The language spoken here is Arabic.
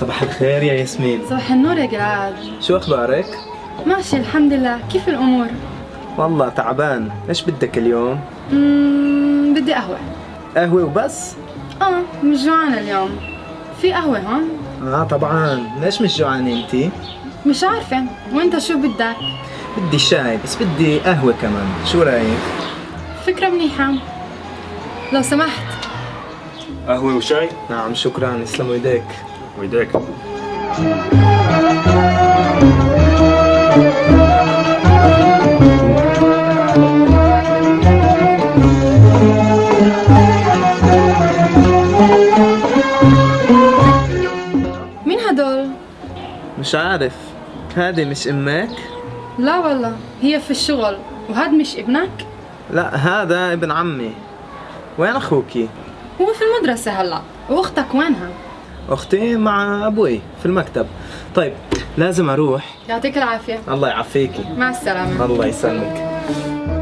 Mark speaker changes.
Speaker 1: صباح الخير يا ياسمين
Speaker 2: صباح النور يا جلعاد
Speaker 1: شو اخبارك
Speaker 2: ماشي الحمد لله كيف الامور
Speaker 1: والله تعبان ايش بدك اليوم
Speaker 2: مم، بدي قهوه
Speaker 1: قهوه وبس
Speaker 2: اه مش جوعانه اليوم في قهوه هون
Speaker 1: اه طبعا ليش مش جوعانه انت
Speaker 2: مش عارفه وانت شو بدك
Speaker 1: بدي شاي بس بدي قهوه كمان شو رايك
Speaker 2: فكره منيحه لو سمحت
Speaker 3: قهوة وشاي
Speaker 1: نعم شكرا يسلموا ايديك
Speaker 3: ويديك
Speaker 2: مين هدول
Speaker 1: مش عارف هذه مش امك
Speaker 2: لا والله هي في الشغل وهاد مش ابنك
Speaker 1: لا هذا ابن عمي وين اخوكي
Speaker 2: هو في المدرسه هلا واختك وينها
Speaker 1: اختي مع ابوي في المكتب طيب لازم اروح
Speaker 2: يعطيك العافيه
Speaker 1: الله يعافيكي
Speaker 2: مع السلامه
Speaker 1: الله يسلمك